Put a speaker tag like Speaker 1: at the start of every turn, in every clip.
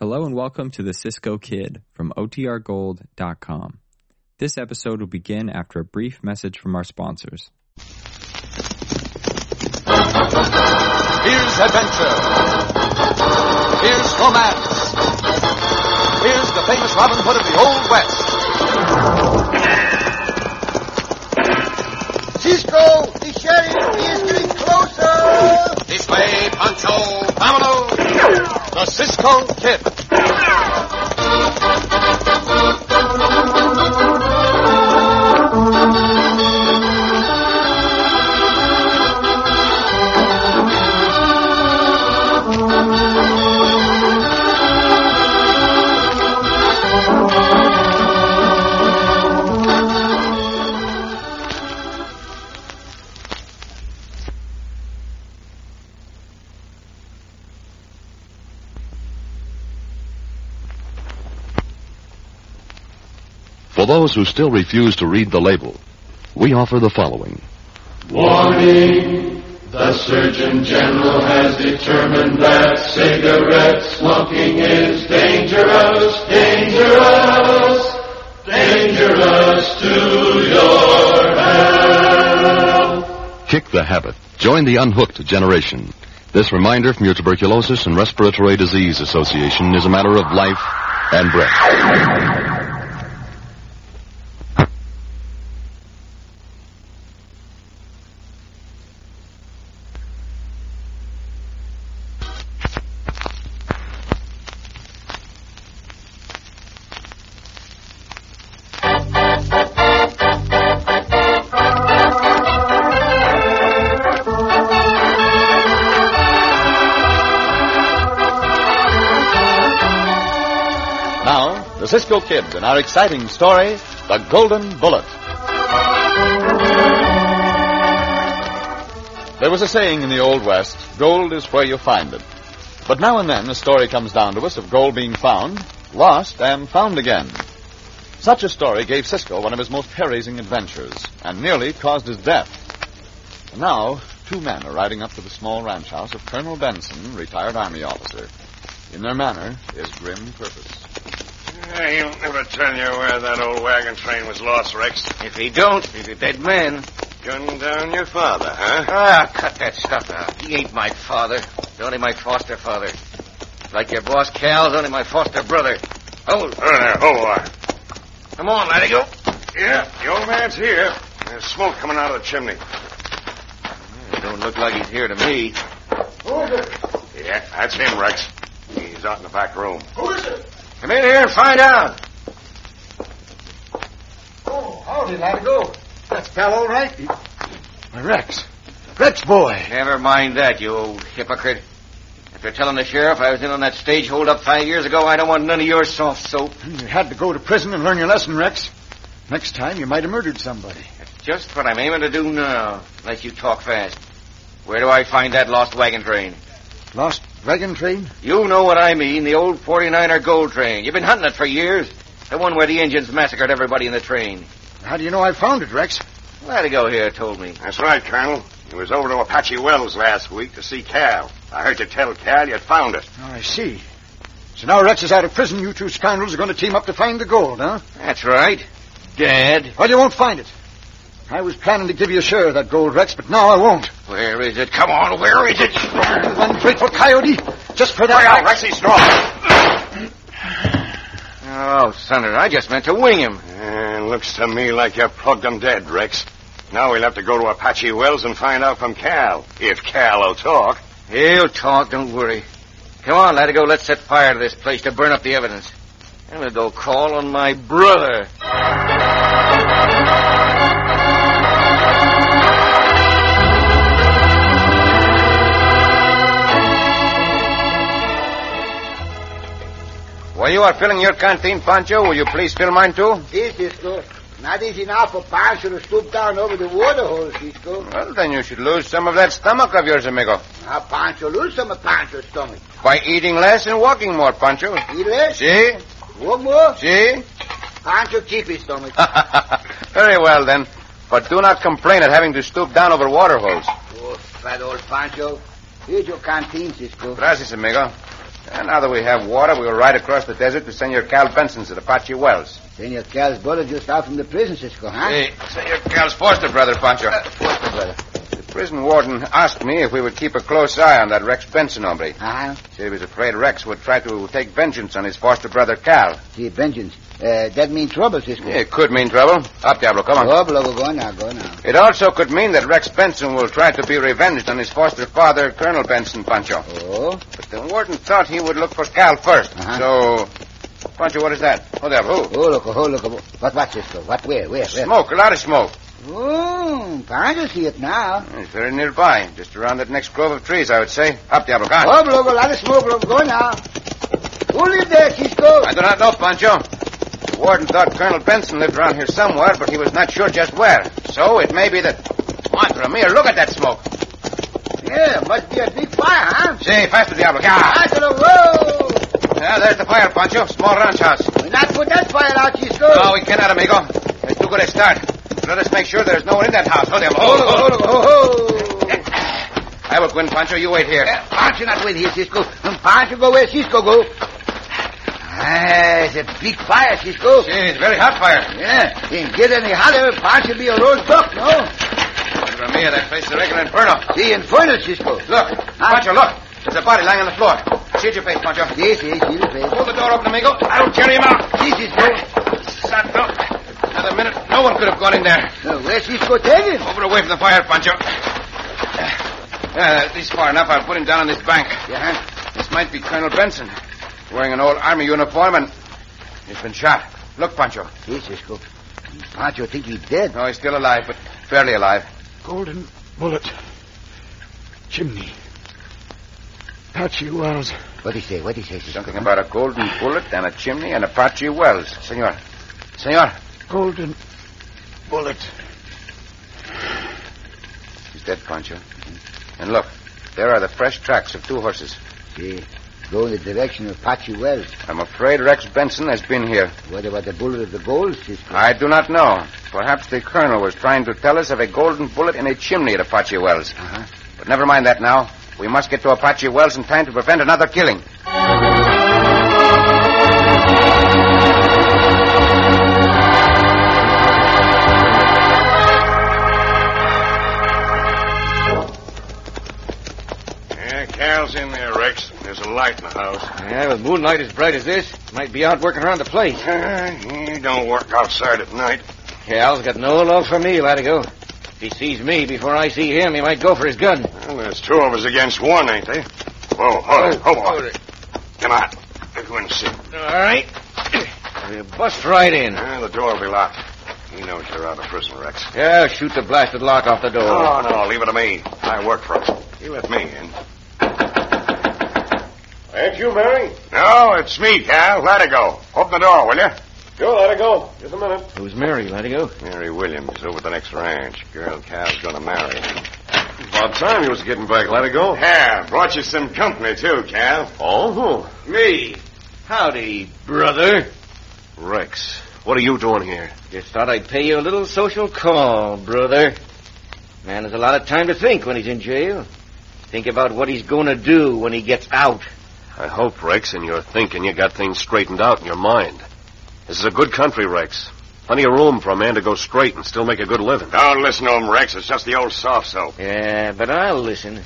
Speaker 1: Hello and welcome to the Cisco Kid from OTRGold.com. This episode will begin after a brief message from our sponsors.
Speaker 2: Here's adventure. Here's romance. Here's the famous Robin Hood of the Old West.
Speaker 3: Cisco, the sheriff is getting closer.
Speaker 2: This way, Pancho, Pamelo, the Cisco Kid.
Speaker 4: For those who still refuse to read the label, we offer the following.
Speaker 5: Warning! The Surgeon General has determined that cigarette smoking is dangerous, dangerous, dangerous to your health.
Speaker 4: Kick the habit. Join the unhooked generation. This reminder from your Tuberculosis and Respiratory Disease Association is a matter of life and breath.
Speaker 2: Now, the Cisco Kid and our exciting story, The Golden Bullet. There was a saying in the Old West, gold is where you find it. But now and then a story comes down to us of gold being found, lost, and found again. Such a story gave Cisco one of his most hair-raising adventures and nearly caused his death. And now, two men are riding up to the small ranch house of Colonel Benson, retired Army officer. In their manner is grim purpose.
Speaker 6: Yeah, he'll never tell you where that old wagon train was lost, Rex.
Speaker 7: If he don't, he's a dead man.
Speaker 6: Gunned down your father, huh?
Speaker 7: Ah, cut that stuff out. He ain't my father. He's only my foster father. Like your boss Cal's only my foster brother. Oh,
Speaker 6: Oh, there, hold on.
Speaker 7: come on, let it go.
Speaker 6: Yeah, the old man's here. There's smoke coming out of the chimney.
Speaker 7: It don't look like he's here to me.
Speaker 6: Yeah, that's him, Rex. He's out in the back room.
Speaker 3: Who is it?
Speaker 7: Come in here and find out.
Speaker 3: Oh, howdy, Latigo. That fellow all right?
Speaker 7: Rex. Rex boy. Never mind that, you old hypocrite. After telling the sheriff I was in on that stage holdup five years ago, I don't want none of your soft soap.
Speaker 3: You had to go to prison and learn your lesson, Rex. Next time, you might have murdered somebody.
Speaker 7: That's just what I'm aiming to do now, unless you talk fast. Where do I find that lost wagon train?
Speaker 3: Lost wagon train?
Speaker 7: You know what I mean, the old 49er gold train. You've been hunting it for years. The one where the Indians massacred everybody in the train.
Speaker 3: How do you know I found it, Rex?
Speaker 7: Latigo here told me.
Speaker 6: That's right, Colonel. He was over to Apache Wells last week to see Cal. I heard you tell Cal you'd found it.
Speaker 3: Oh, I see. So now Rex is out of prison. You two scoundrels are going to team up to find the gold, huh?
Speaker 7: That's right. Dad.
Speaker 3: Well, you won't find it. I was planning to give you a share of that gold, Rex, but now I won't.
Speaker 7: Where is it? Come on, where is it?
Speaker 3: Ungrateful coyote! Just for that.
Speaker 6: Look out, Rex, he's strong.
Speaker 7: Oh, Senator, I just meant to wing him.
Speaker 6: And Eh, looks to me like you plugged him dead, Rex. Now we'll have to go to Apache Wells and find out from Cal, if Cal will talk.
Speaker 7: He'll talk, don't worry. Come on, Latigo, let's set fire to this place to burn up the evidence. I'm gonna go call on my brother. While you are filling your canteen, Pancho, will you please fill mine too?
Speaker 3: Yes, Cisco. Not easy now for Pancho to stoop down over the water hole, Cisco.
Speaker 7: Well, then you should lose some of that stomach of yours, amigo.
Speaker 3: Now Pancho lose some of Pancho's stomach.
Speaker 7: By eating less and walking more, Pancho.
Speaker 3: He less.
Speaker 7: See?
Speaker 3: One more.
Speaker 7: See?
Speaker 3: Pancho keep his stomach.
Speaker 7: Very well, then. But do not complain at having to stoop down over water holes.
Speaker 3: oh, fat old Pancho. Here's your canteen, Cisco.
Speaker 7: Gracias, amigo. And now that we have water, we'll ride across the desert to Senor Cal Benson's at Apache Wells.
Speaker 3: Senor Cal's brother just out from the prison, Cisco, huh?
Speaker 7: Hey, Senor Cal's foster brother, Pancho. Uh, Foster brother. The prison warden asked me if we would keep a close eye on that Rex Benson hombre.
Speaker 3: Uh-huh.
Speaker 7: Said he was afraid Rex would try to take vengeance on his foster brother, Cal.
Speaker 3: See, vengeance. Uh, that mean trouble, Cisco.
Speaker 7: It could mean trouble. Up, Diablo, come on.
Speaker 3: Oh, Blobo, go now, go now.
Speaker 7: It also could mean that Rex Benson will try to be revenged on his foster father, Colonel Benson, Pancho.
Speaker 3: Oh,
Speaker 7: But the warden thought he would look for Cal 1st So, Pancho, what is that? Oh, there, who?
Speaker 3: oh, look, oh, look. oh. What, what, Cisco? What, where, where, where?
Speaker 7: Smoke, a lot of smoke.
Speaker 3: Oh, Pancho see it now.
Speaker 7: It's very nearby, just around that next grove of trees, I would say. Up, Diablo, come on.
Speaker 3: Oh, Blobo, a lot of smoke, Blobo, go now. Who lived there, Cisco?
Speaker 7: I do not know, Pancho. The warden thought Colonel Benson lived around here somewhere, but he was not sure just where. So it may be that. Madre mia, look at that smoke.
Speaker 3: Yeah, must be a big fire, huh?
Speaker 7: Say, faster, Diablo. Yeah.
Speaker 3: Pancho, whoa!
Speaker 7: Yeah, there's the fire, Pancho. Small ranch house.
Speaker 3: We not put that fire out, Cisco.
Speaker 7: No, we cannot, amigo. It's too good a start. Let us make sure there's no one in that house. Oh, Diablo. Oh, oh, oh, oh,
Speaker 3: oh.
Speaker 7: I will go in, Pancho. You wait here.
Speaker 3: Pancho Eh, not with here, Cisco. And Pancho go where Cisco go. Ah, it's a big fire, Cisco.
Speaker 7: Gee, it's very hot fire.
Speaker 3: Yeah, and get any hotter, Pancho be a roast duck, no?
Speaker 7: Madre mia, that place is a regular inferno.
Speaker 3: The inferno, Cisco. Ah.
Speaker 7: Look, Pancho, look. There's a body lying on the floor. Shield your face, Pancho.
Speaker 3: Yes, yes, you pay.
Speaker 7: Pull the door open, amigo. I'll carry him out.
Speaker 3: See, Cisco.
Speaker 7: Santo. Another minute. No one could have gone in there.
Speaker 3: Uh, where Cisco take him?
Speaker 7: Over away from the fire, Pancho. Yeah, at least far enough. I'll put him down on this bank.
Speaker 3: Yeah.
Speaker 7: This might be Colonel Benson, wearing an old army uniform, and he's been shot. Look, Pancho.
Speaker 3: See, Cisco. Pancho think he dead.
Speaker 7: No, he's still alive, but fairly alive.
Speaker 8: Golden bullet. Chimney. Patchy Wells.
Speaker 3: What he say? What he say, Cisco?
Speaker 7: Something about a golden bullet and a chimney and Apache Wells. Senor. Senor.
Speaker 8: Golden bullet.
Speaker 7: He's dead, Pancho. And look, there are the fresh tracks of two horses.
Speaker 3: See, go in the direction of Pachi Wells.
Speaker 7: I'm afraid Rex Benson has been here.
Speaker 3: What about the bullet of the gold, Cisco?
Speaker 7: I do not know. Perhaps the colonel was trying to tell us of a golden bullet in a chimney at Apache Wells.
Speaker 3: Uh-huh.
Speaker 7: But never mind that now. We must get to Apache Wells in time to prevent another killing.
Speaker 6: Yeah, Cal's in there, Rex. There's a light in the house.
Speaker 7: Yeah, with moonlight as bright as this, might be out working around the place.
Speaker 6: you don't work outside at night.
Speaker 7: Cal's got no love for me, Latigo. If he sees me before I see him, he might go for his gun.
Speaker 6: Well, there's two of us against one, ain't they? Whoa, hold it, hold on. Come on. Let's go and see.
Speaker 7: All right. Bust right in.
Speaker 6: Ah, the door will be locked. He knows you're out of prison, Rex.
Speaker 7: Yeah, shoot the blasted lock off the door.
Speaker 6: Oh, no, leave it to me. I work for him. He let me in.
Speaker 5: Ain't you Mary?
Speaker 6: No, it's me, Cal. Latigo. Open the door, will you?
Speaker 5: Sure, let her go. Just a minute.
Speaker 7: Who's Mary, Latigo?
Speaker 6: Mary Williams is over at the next ranch. Girl Cal's gonna marry him.
Speaker 5: About time you was getting back, let her go.
Speaker 6: Yeah, brought you some company too, Cal.
Speaker 5: Oh,
Speaker 7: Me. Howdy, brother.
Speaker 5: Rex, what are you doing here?
Speaker 7: Just thought I'd pay you a little social call, brother. Man has a lot of time to think when he's in jail. Think about what he's going to do when he gets out.
Speaker 5: I hope, Rex, in your thinking, you got things straightened out in your mind. This is a good country, Rex. Plenty of room for a man to go straight and still make a good living.
Speaker 6: Don't listen to him, Rex. It's just the old soft soap.
Speaker 7: Yeah, but I'll listen.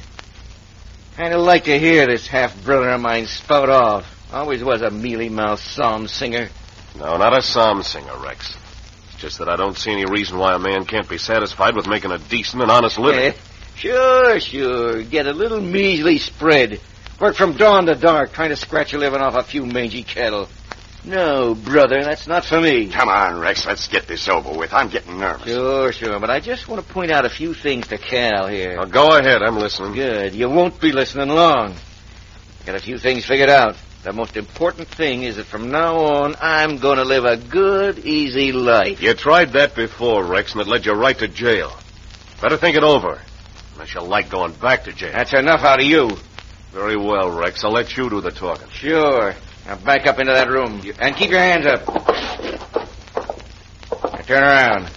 Speaker 7: Kind of like to hear this half brother of mine spout off. Always was a mealy mouthed psalm singer.
Speaker 5: No, not a psalm singer, Rex. It's just that I don't see any reason why a man can't be satisfied with making a decent and honest living.
Speaker 7: Eh, sure, sure. Get a little measly spread. Work from dawn to dark, trying to scratch a living off a few mangy cattle. No, brother, that's not for me.
Speaker 6: Come on, Rex. Let's get this over with. I'm getting nervous.
Speaker 7: Sure, sure, but I just want to point out a few things to Cal here.
Speaker 5: Now, go ahead. I'm listening.
Speaker 7: Good. You won't be listening long. Got a few things figured out. The most important thing is that from now on, I'm going to live a good, easy life.
Speaker 5: You tried that before, Rex, and it led you right to jail. Better think it over. Unless you like going back to jail.
Speaker 7: That's enough out of you.
Speaker 5: Very well, Rex. I'll let you do the talking.
Speaker 7: Sure. Now back up into that room You- and keep your hands up. Now turn around.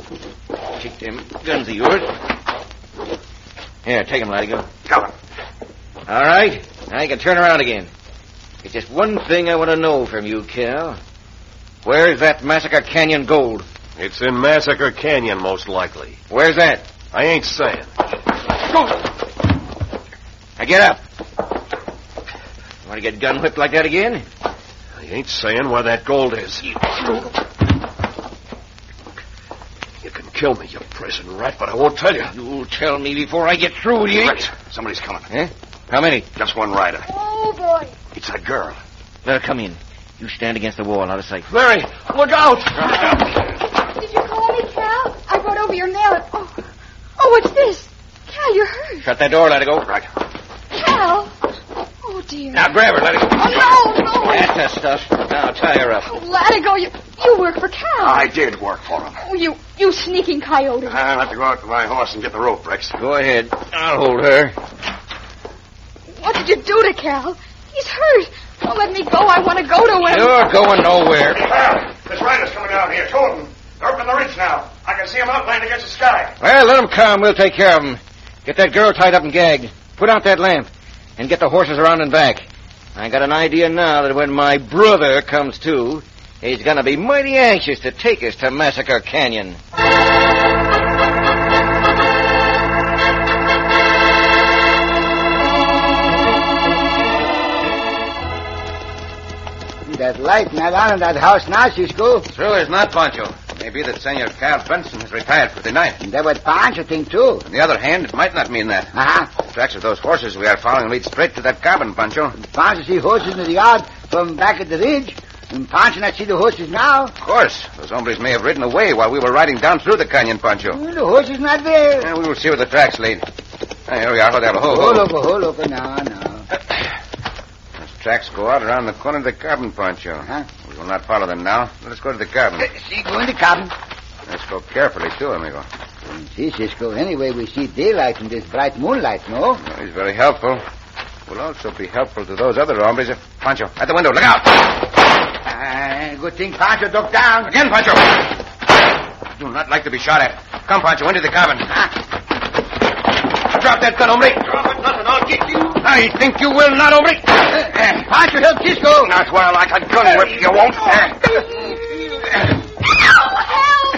Speaker 7: Kick them guns of yours. Here, take them, Latigo.
Speaker 6: Come on.
Speaker 7: All right. Now you can turn around again. It's just one thing I want to know from you, Cal. Where's that Massacre Canyon gold?
Speaker 5: It's in Massacre Canyon, most likely.
Speaker 7: Where's that?
Speaker 5: I ain't saying.
Speaker 7: Now get up. Want to get gun whipped like that again?
Speaker 5: I ain't saying where that gold is. You can kill me, you prison rat, but I won't tell you.
Speaker 7: You'll tell me before I get through with you.
Speaker 5: Rex, somebody's coming.
Speaker 7: Huh? How many?
Speaker 5: Just one rider.
Speaker 9: Oh, boy.
Speaker 5: It's a girl.
Speaker 7: Now come in. You stand against the wall, out of sight.
Speaker 5: Mary, look out!
Speaker 9: Did you call me, Cal? I brought over your mail. and- Oh, oh, what's this? Cal, you're hurt.
Speaker 7: Shut that door, let her go. Right.
Speaker 9: Cal. Oh dear.
Speaker 7: Now grab her, let her go.
Speaker 9: Oh no, no.
Speaker 7: That's the stuff. Now tie her up.
Speaker 9: Oh, Latigo, you you work for Cal.
Speaker 6: I did work for him.
Speaker 9: Oh, you you sneaking coyote.
Speaker 6: I'll have to go out to my horse and get the rope, Rex.
Speaker 7: Go ahead. I'll hold her.
Speaker 9: What did you do to Cal? He's hurt. Don't let me go. I want to go to him.
Speaker 7: You're going nowhere.
Speaker 6: This rider's coming down here. Told him. They're up in the ridge now. I can see him outlined against the sky.
Speaker 7: Well, let 'em come. We'll take care of 'em. Get that girl tied up and gagged. Put out that lamp. And get the horses around and back. I got an idea now that when my brother comes to, he's going to be mighty anxious to take us to Massacre Canyon.
Speaker 3: That light not on in that house now, Cisco.
Speaker 7: True is not, Pancho. Maybe that Senor Carl Benson has retired for the night.
Speaker 3: And that was Pancho thing, too.
Speaker 7: On the other hand, it might not mean that.
Speaker 3: Uh-huh.
Speaker 7: Tracks of those horses we are following lead straight to that cabin, Pancho.
Speaker 3: Pancho see horses in the yard from back at the ridge. And Pancho not see the horses now.
Speaker 7: Of course, those hombres may have ridden away while we were riding down through the canyon, Pancho.
Speaker 3: Mm, The horses not there.
Speaker 7: And we will see where the tracks lead. Ah, Here we are. Hold on. Ho, ho.
Speaker 3: Hold over, hold over. No, no.
Speaker 7: Those tracks go out around the corner of the cabin, Pancho.
Speaker 3: Huh?
Speaker 7: We will not follow them now. Let us go to the cabin.
Speaker 3: See, go in the cabin.
Speaker 7: Let's go carefully, too, amigo.
Speaker 3: See, Cisco, anyway, we see daylight in this bright moonlight, no?
Speaker 7: Well, He's very helpful. Will also be helpful to those other hombres. If... Pancho, at the window. Look out!
Speaker 3: Uh, good thing Pancho ducked down.
Speaker 7: Again, Pancho! Do not like to be shot at. Come, Pancho, into the cabin. Drop that gun, hombre. Drop it, nothing. I'll get you. I think you will not, hombre. Pancho, help Cisco. Not while I can gun whip you won't.
Speaker 9: Help! Help!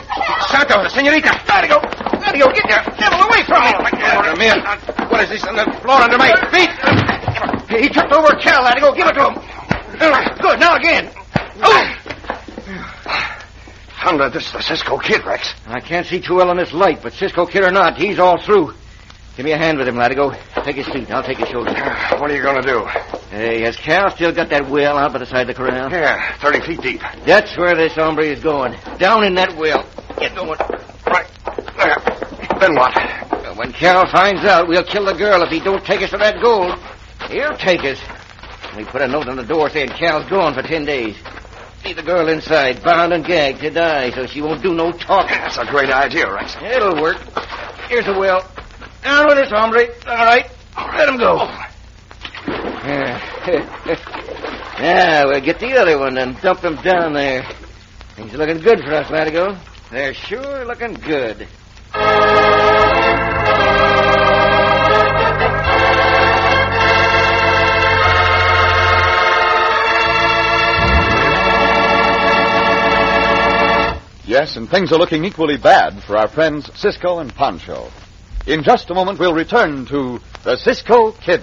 Speaker 7: Santo, the senorita. Let go. Let go. Get your devil away from me. Come here. What is this on the floor under my feet? He tripped over a cow, let go. Give it to him. Good. Now again. Oh.
Speaker 6: Thunder, this is the Cisco Kid, Rex.
Speaker 7: I can't see too well in this light, but Cisco kid or not, he's all through. Give me a hand with him, Latigo. Take his feet. I'll take his shoulders.
Speaker 6: What are you going to do?
Speaker 7: Hey, has Cal still got that well out by the side of the corral?
Speaker 6: Yeah, 30 feet deep.
Speaker 7: That's where this hombre is going. Down in that well. Get going.
Speaker 6: Right. There. Then what?
Speaker 7: Well, When Carol finds out, we'll kill the girl if he don't take us to that gold. He'll take us. We put a note on the door saying Carol's gone for ten days. Leave the girl inside, bound and gagged to die, so she won't do no talking.
Speaker 6: That's a great idea, Rex.
Speaker 7: It'll work. Here's the will. Down with this hombre. All right. Let him go.
Speaker 6: Oh.
Speaker 7: Yeah. yeah, we'll get the other one and dump him down there. Things are looking good for us, Latigo. They're sure looking good.
Speaker 2: Yes, and things are looking equally bad for our friends Cisco and Pancho. In just a moment, we'll return to the Cisco Kid.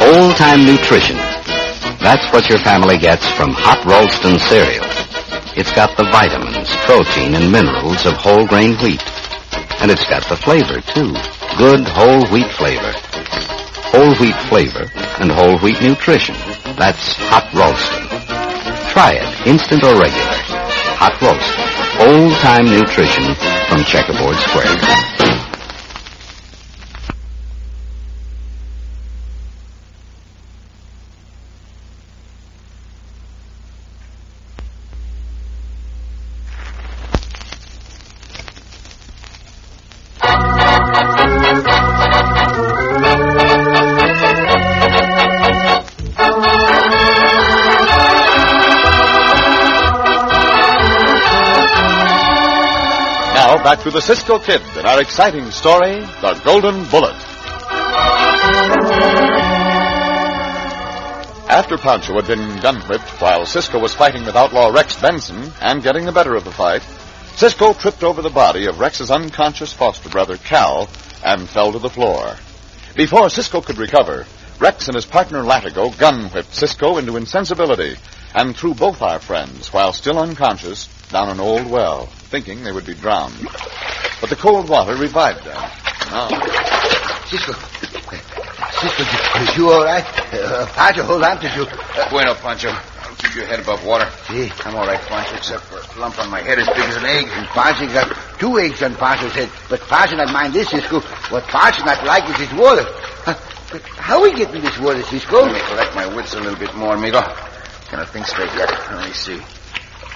Speaker 10: Old time nutrition. That's what your family gets from hot Ralston cereal. It's got the vitamins, protein, and minerals of whole grain wheat. And it's got the flavor, too. Good whole wheat flavor. Whole wheat flavor and whole wheat nutrition. That's hot Ralston. Try it, instant or regular. Hot Ralston. Old time nutrition from Checkerboard Square.
Speaker 2: Now back to the Cisco Kid and our exciting story, The Golden Bullet. After Pancho had been gun whipped while Cisco was fighting with outlaw Rex Benson and getting the better of the fight, Cisco tripped over the body of Rex's unconscious foster brother Cal and fell to the floor. Before Cisco could recover, Rex and his partner Latigo gun whipped Cisco into insensibility and threw both our friends, while still unconscious, down an old well, thinking they would be drowned. But the cold water revived them. Now,
Speaker 3: Cisco. Cisco, you, you all right? Uh, Pancho, hold on to you.
Speaker 7: Bueno, Pancho. Keep your head above water. I'm all right, Pancho, except for a lump on my head as big as an egg.
Speaker 3: And Pancho got two eggs on Pancho's head. But Pancho not mind this, Cisco. What Pancho not like is his water. Huh, But how we get in this water, Cisco?
Speaker 7: Let me collect my wits a little bit more, amigo. Cannot think straight yet. Let me see.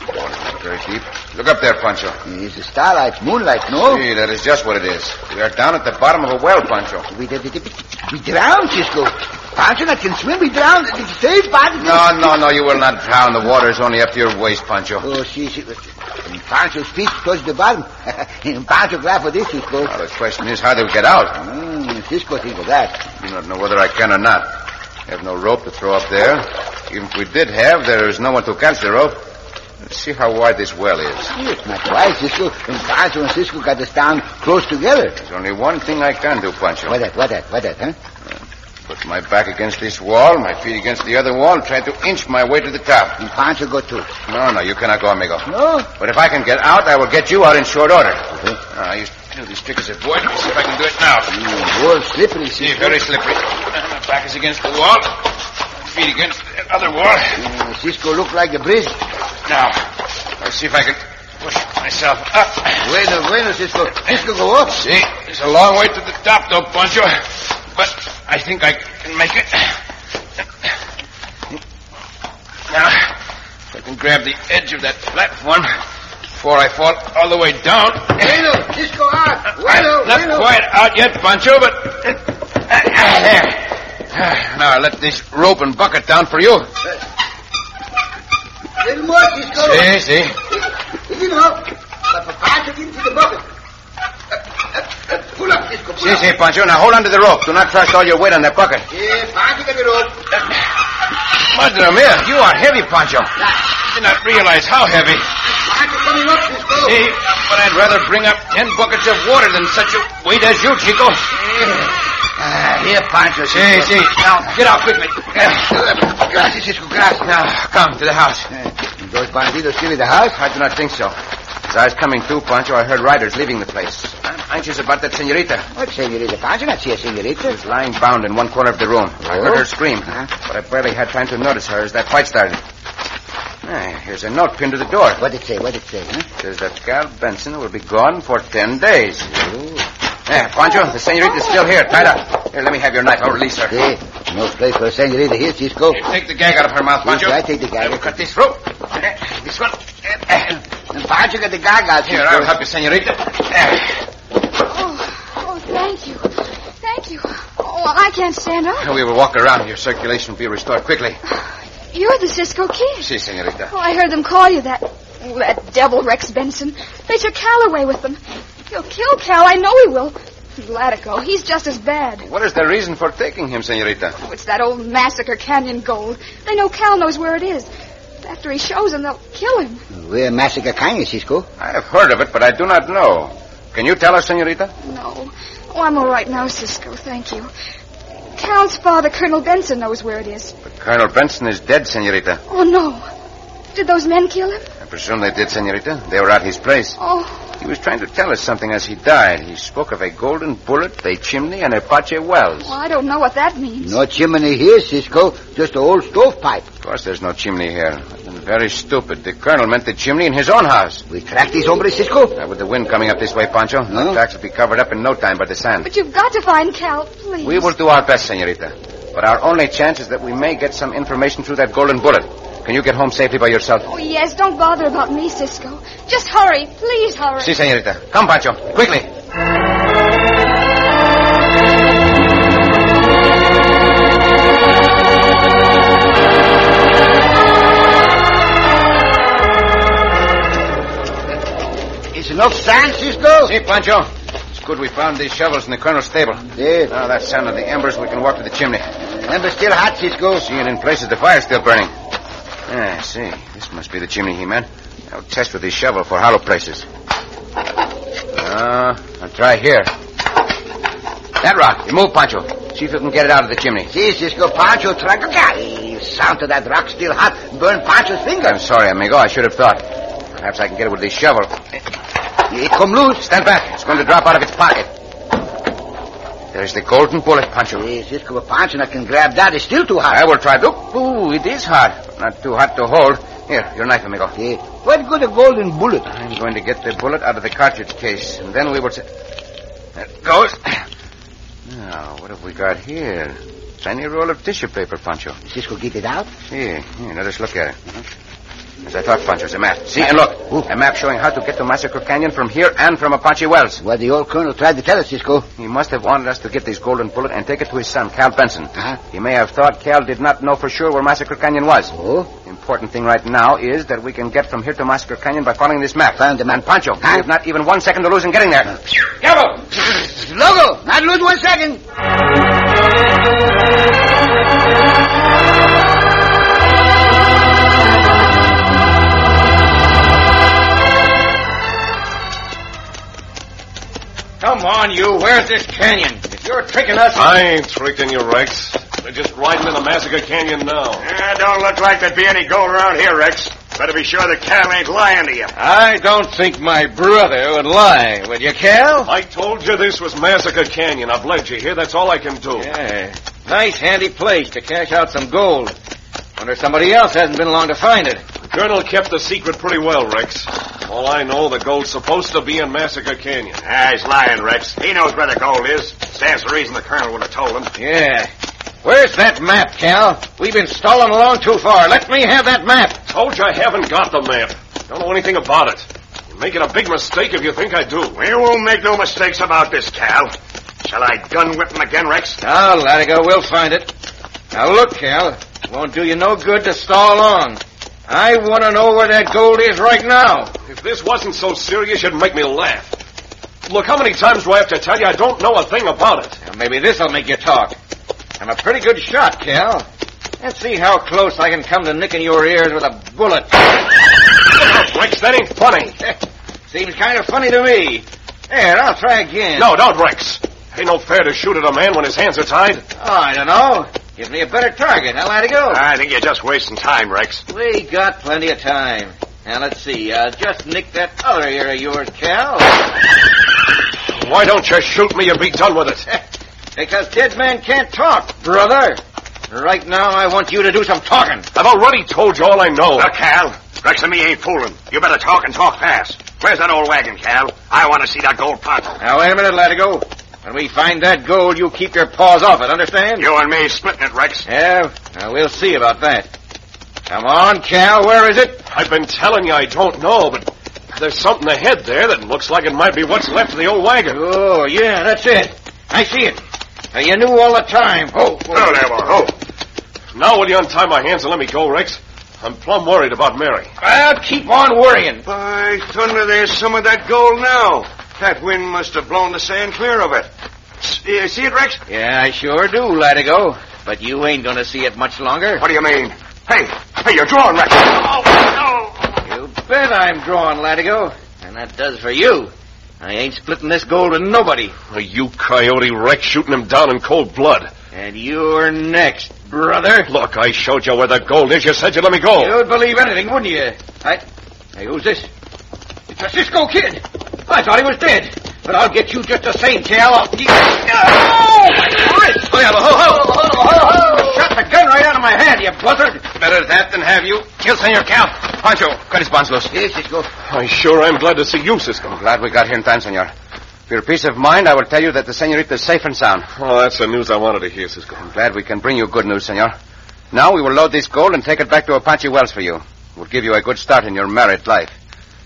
Speaker 7: Water's not very deep. Look up there, Pancho.
Speaker 3: It's the starlight, moonlight, no?
Speaker 7: See, that is just what it is. We are down at the bottom of a well, Pancho.
Speaker 3: We, we, we drowned, Cisco. Pancho not can swim. We drowned. Save Pancho.
Speaker 7: No, no, no, you will not drown. The water is only up to your waist, Pancho.
Speaker 3: Oh, see, see. And Pancho's feet touch the bottom. and Pancho glad for this, Cisco.
Speaker 7: Now, the question is, how do we get out?
Speaker 3: Mm, Cisco think of that.
Speaker 7: I do not know whether I can or not. I have no rope to throw up there. Even if we did have, there is no one to catch the rope. Let's see how wide this well is.
Speaker 3: It's not right, Cisco. And Pancho and Cisco got us down close together.
Speaker 7: There's only one thing I can do, Pancho.
Speaker 3: What that, what that, what that, huh?
Speaker 7: Put my back against this wall, my feet against the other wall, and try to inch my way to the top.
Speaker 3: And Pancho go too.
Speaker 7: No, no, you cannot go, amigo.
Speaker 3: No?
Speaker 7: But if I can get out, I will get you out in short order. Ah, I used to do this trick as a boy. Let me see if I can do it now.
Speaker 3: Mm, wall's slippery,
Speaker 7: See,
Speaker 3: Cisco.
Speaker 7: very slippery. My back is against the wall, my feet against the other wall.
Speaker 3: Mm, Cisco look like a bridge.
Speaker 7: Now, let's see if I can push myself up.
Speaker 3: Bueno, bueno, Cisco. Cisco go up.
Speaker 7: See, it's a long way to the top, though, Pancho. But I think I can make it. Now, if I can grab the edge of that platform before I fall all the way down.
Speaker 3: Bueno, Cisco ah, out. Bueno,
Speaker 7: I'm not
Speaker 3: bueno.
Speaker 7: quite out yet, Pancho, but ah, there. ah. Now let this rope and bucket down for you.
Speaker 3: Little more, Cisco.
Speaker 7: See, see.
Speaker 3: You know, but for Pancho into the bucket. Uh, uh, uh, Pull up, Cisco. Pull
Speaker 7: See,
Speaker 3: up.
Speaker 7: see, Pancho. Now hold on to the rope. Do not trust all your weight on that bucket.
Speaker 3: Yeah, Pancho got it all.
Speaker 7: Madre mia, you are heavy, Pancho. I did not realize how heavy.
Speaker 3: Pancho coming up, Cisco.
Speaker 7: See, but I'd rather bring up ten buckets of water than such a weight as you, Chico.
Speaker 3: Ah, here, Pancho.
Speaker 7: See, see. Now, get out quickly.
Speaker 3: Gracias, Cisco. Gracias.
Speaker 7: Now, come to the house. Eh,
Speaker 3: Those bandidos still in the house?
Speaker 7: I do not think so. As I was coming through, Pancho, I heard riders leaving the place. I'm anxious about that senorita.
Speaker 3: What, senorita? Pancho not see a senorita.
Speaker 7: She's lying bound in one corner of the room. I heard
Speaker 3: Oh?
Speaker 7: her scream, but I barely had time to notice her as that fight started. Ah, here's a note pinned to the door.
Speaker 3: What it say? What it say, huh?
Speaker 7: Says that Cal Benson will be gone for ten days. Eh, Pancho, the senorita's still here, tied up. Here, let me have your knife. I'll release her.
Speaker 3: Hey, no place for a senorita here, Cisco.
Speaker 7: Here, take the gag out of her mouth, Pancho.
Speaker 3: Yes, I take the gag.
Speaker 7: I will cut this rope. Eh, This one. Eh, eh.
Speaker 3: And Pancho got the gaga,
Speaker 7: Here, I'll help you, senorita. Eh,
Speaker 9: Oh, oh, thank you. Thank you. Oh, I can't stand up.
Speaker 7: We will walk around. Your circulation will be restored quickly.
Speaker 9: You're the Cisco Kid.
Speaker 7: See, senorita.
Speaker 9: Oh, I heard them call you that. Oh, that devil, Rex Benson. They took Cal away with them. He'll kill Cal. I know he will. And Latigo, he's just as bad.
Speaker 7: What is the reason for taking him, senorita?
Speaker 9: Oh, it's that old massacre Canyon Gold. They know Cal knows where it is. After he shows them, they'll kill him.
Speaker 3: We're massacre kind, Cisco.
Speaker 7: I have heard of it, but I do not know. Can you tell us, senorita?
Speaker 9: No. Oh, I'm all right now, Cisco. Thank you. Cal's father, Colonel Benson, knows where it is.
Speaker 7: But Colonel Benson is dead, senorita.
Speaker 9: Oh, no. Did those men kill him?
Speaker 7: I presume they did, senorita. They were at his place.
Speaker 9: Oh,
Speaker 7: He was trying to tell us something as he died. He spoke of a golden bullet, a chimney, and Apache wells.
Speaker 9: well, I don't know what that means.
Speaker 3: No chimney here, Cisco. Just an old stovepipe.
Speaker 7: Of course, there's no chimney here. I've been very stupid. The colonel meant the chimney in his own house.
Speaker 3: We track these hombres, Cisco.
Speaker 7: Now, with the wind coming up this way, Pancho, the tracks will be covered up in no time by the sand.
Speaker 9: But you've got to find Cal, please.
Speaker 7: We will do our best, senorita. But our only chance is that we may get some information through that golden bullet. Can you get home safely by yourself?
Speaker 9: Oh, yes. Don't bother about me, Cisco. Just hurry. Please hurry.
Speaker 7: Si, senorita. Come, Pancho. Quickly.
Speaker 3: It's It's enough sand, Cisco?
Speaker 11: See, Pancho. It's good we found these shovels in the colonel's stable.
Speaker 3: Yeah.
Speaker 11: Now that sound of the embers, we can walk to the chimney.
Speaker 3: Ember's still hot, Cisco.
Speaker 11: See, and in places the fire's still burning. Ah, I see. This must be the chimney he meant. I'll test with his shovel for hollow places. Ah, I'll try here. That rock. You move, Pancho. See if you can get it out of the chimney.
Speaker 3: See, Cisco, Pancho, tragocali. Sound to that rock still hot. Burn Pancho's finger.
Speaker 11: I'm sorry, amigo. I should have thought. Perhaps I can get it with this shovel.
Speaker 3: It come loose.
Speaker 11: Stand back. It's going to drop out of its pocket. There's the golden bullet, Pancho.
Speaker 3: See, Cisco, but Pancho not can grab that. It's still too hot.
Speaker 11: I will try. Look, ooh, it is hot. but Not too hot to hold. Here, your knife, amigo.
Speaker 3: See, what good a golden bullet?
Speaker 11: I'm going to get the bullet out of the cartridge case, and then we will... Se- there it goes. Now, what have we got here? Tiny roll of tissue paper, Pancho.
Speaker 3: Cisco, get it out.
Speaker 11: Here, here, let us look at it. As I thought, Pancho, it's a map. See, and look. A map showing how to get to Massacre Canyon from here and from Apache Wells.
Speaker 3: What the old colonel tried to tell us, Cisco.
Speaker 11: He must have wanted us to get this golden bullet and take it to his son, Cal Benson.
Speaker 3: Uh-huh.
Speaker 11: He may have thought Cal did not know for sure where Massacre Canyon was.
Speaker 3: Oh?
Speaker 11: The important thing right now is that we can get from here to Massacre Canyon by following this map.
Speaker 3: Found the man.
Speaker 11: And Pancho, we have not even one second to lose in getting there.
Speaker 3: Logo! Logo! Not lose one second.
Speaker 7: Come on, you. Where's this canyon? If you're tricking us.
Speaker 5: I ain't tricking you, Rex. They're just riding into Massacre Canyon now.
Speaker 6: Yeah, don't look like there'd be any gold around here, Rex. Better be sure the cattle ain't lying to you.
Speaker 7: I don't think my brother would lie, would you, Cal?
Speaker 5: I told you this was Massacre Canyon. I've led you here. That's all I can do.
Speaker 7: Yeah. Nice, handy place to cash out some gold. Wonder if somebody else hasn't been along to find it.
Speaker 5: The colonel kept the secret pretty well, Rex. All I know, the gold's supposed to be in Massacre Canyon.
Speaker 6: Ah, he's lying, Rex. He knows where the gold is. Stands to reason the colonel would have told him.
Speaker 7: Yeah. Where's that map, Cal? We've been stalling along too far. Let me have that map.
Speaker 5: Told you I haven't got the map. Don't know anything about it. You're making a big mistake if you think I do.
Speaker 6: We won't make no mistakes about this, Cal. Shall I gun whip him again, Rex?
Speaker 7: Now, Latigo, we'll find it. Now, look, Cal. It won't do you no good to stall on. I want to know where that gold is right now.
Speaker 5: If this wasn't so serious, you'd make me laugh. Look, how many times do I have to tell you I don't know a thing about it?
Speaker 7: Now, maybe this'll make you talk. I'm a pretty good shot, Cal. Let's see how close I can come to nicking your ears with a bullet.
Speaker 5: Rex, that ain't funny.
Speaker 7: Seems kind of funny to me. Here, I'll try again.
Speaker 5: No, don't, Rex. Ain't no fair to shoot at a man when his hands are tied.
Speaker 7: Oh, I don't know. Give me a better target, huh, Latigo?
Speaker 6: I think you're just wasting time, Rex.
Speaker 7: We got plenty of time. Now, let's see. Uh, just nick that other ear of yours, Cal.
Speaker 5: Why don't you shoot me and be done with it?
Speaker 7: because dead man can't talk, brother. Right now, I want you to do some talking.
Speaker 5: I've already told you all I know.
Speaker 6: Look, Cal. Rex and me ain't fooling. You better talk and talk fast. Where's that old wagon, Cal? I want to see that gold poncho.
Speaker 7: Now, wait a minute, Latigo. When we find that gold, you keep your paws off it, understand?
Speaker 6: You and me splitting it, Rex.
Speaker 7: Yeah, now we'll see about that. Come on, Cal, where is it?
Speaker 5: I've been telling you I don't know, but there's something ahead there that looks like it might be what's left of the old wagon.
Speaker 7: Oh, yeah, that's it. I see it. Now, you knew all the time. Oh,
Speaker 6: Oh, there, boy. Oh.
Speaker 5: Now will you untie my hands and let me go, Rex? I'm plumb worried about Mary.
Speaker 7: Well, keep on worrying.
Speaker 6: By thunder, there's some of that gold now. That wind must have blown the sand clear of it. S- You see it, Rex?
Speaker 7: Yeah, I sure do, Latigo. But you ain't gonna see it much longer.
Speaker 6: What do you mean? Hey, hey, you're drawing, Rex. Oh, no.
Speaker 7: You bet I'm drawing, Latigo. And that does for you. I ain't splitting this gold with nobody.
Speaker 5: Are you coyote Rex shooting him down in cold blood?
Speaker 7: And you're next, brother.
Speaker 5: Look, I showed you where the gold is. You said you'd let me go.
Speaker 7: You'd believe anything, wouldn't you? I. Hey, who's this? It's a Cisco kid. I thought he was dead. But I'll get you just the same, Cal. I'll... Oh, my wrist! Oh, yeah, ho, ho, ho, ho, ho. Shot the gun right out of my hand, you buzzard.
Speaker 11: Better that than have you. Kill Senor Cal. Pancho, cut his bonds loose.
Speaker 3: Here, Cisco.
Speaker 5: I sure am glad to see you, Cisco.
Speaker 11: Glad we got here in time, senor. For your peace of mind, I will tell you that the senorita is safe and sound.
Speaker 5: Oh, that's the news I wanted to hear, Cisco.
Speaker 11: I'm glad we can bring you good news, senor. Now we will load this gold and take it back to Apache Wells for you. We'll give you a good start in your married life.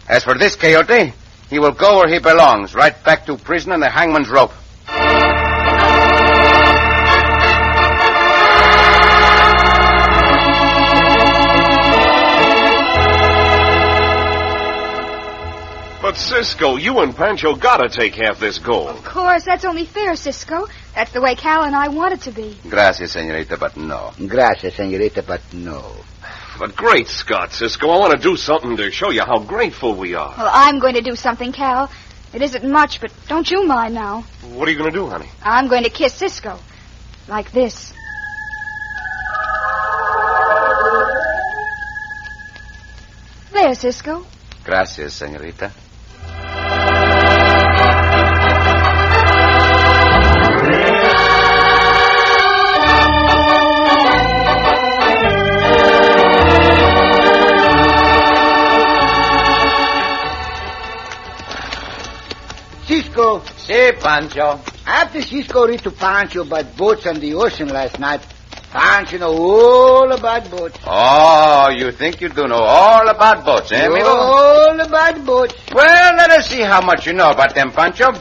Speaker 11: As for this coyote, he will go where he belongs, right back to prison and the hangman's rope.
Speaker 12: But Cisco, you and Pancho gotta take half this gold.
Speaker 9: Of course, that's only fair, Cisco. That's the way Cal and I want it to be.
Speaker 7: Gracias, senorita, but no.
Speaker 3: Gracias, senorita, but no.
Speaker 12: But great Scott, Cisco, I want to do something to show you how grateful we are.
Speaker 9: Well, I'm going to do something, Cal. It isn't much, but don't you mind now.
Speaker 12: What are you going to do, honey?
Speaker 9: I'm going to kiss Cisco. Like this. There, Cisco.
Speaker 7: Gracias, senorita.
Speaker 3: Cisco,
Speaker 7: Si, Pancho.
Speaker 3: after Cisco read to Pancho about boats on the ocean last night, Pancho know all about boats.
Speaker 7: Oh, you think you do know all about boats, eh, amigo?
Speaker 3: All about boats.
Speaker 7: Well, let us see how much you know about them, Pancho.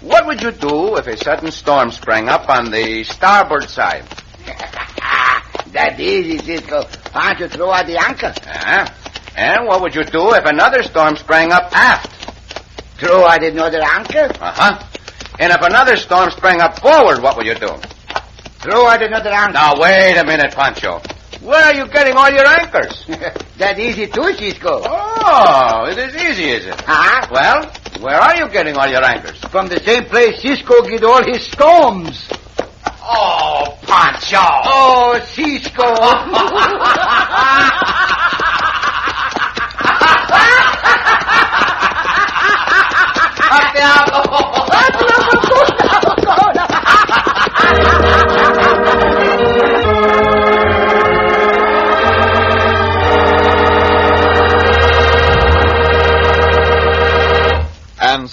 Speaker 7: What would you do if a sudden storm sprang up on the starboard side?
Speaker 3: That easy, Cisco. Pancho throw out the anchor.
Speaker 7: Huh? And what would you do if another storm sprang up aft?
Speaker 3: Throw out another anchor.
Speaker 7: Uh-huh. And if another storm sprang up forward, what would you do?
Speaker 3: Throw out another anchor.
Speaker 7: Now, wait a minute, Pancho. Where are you getting all your anchors?
Speaker 3: that easy too, Cisco.
Speaker 7: Oh, it is easy, is it?
Speaker 3: Huh?
Speaker 7: Well, where are you getting all your anchors?
Speaker 3: From the same place Cisco get all his storms.
Speaker 7: Oh, Pancho!
Speaker 3: Oh, Cisco.
Speaker 2: And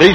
Speaker 2: Be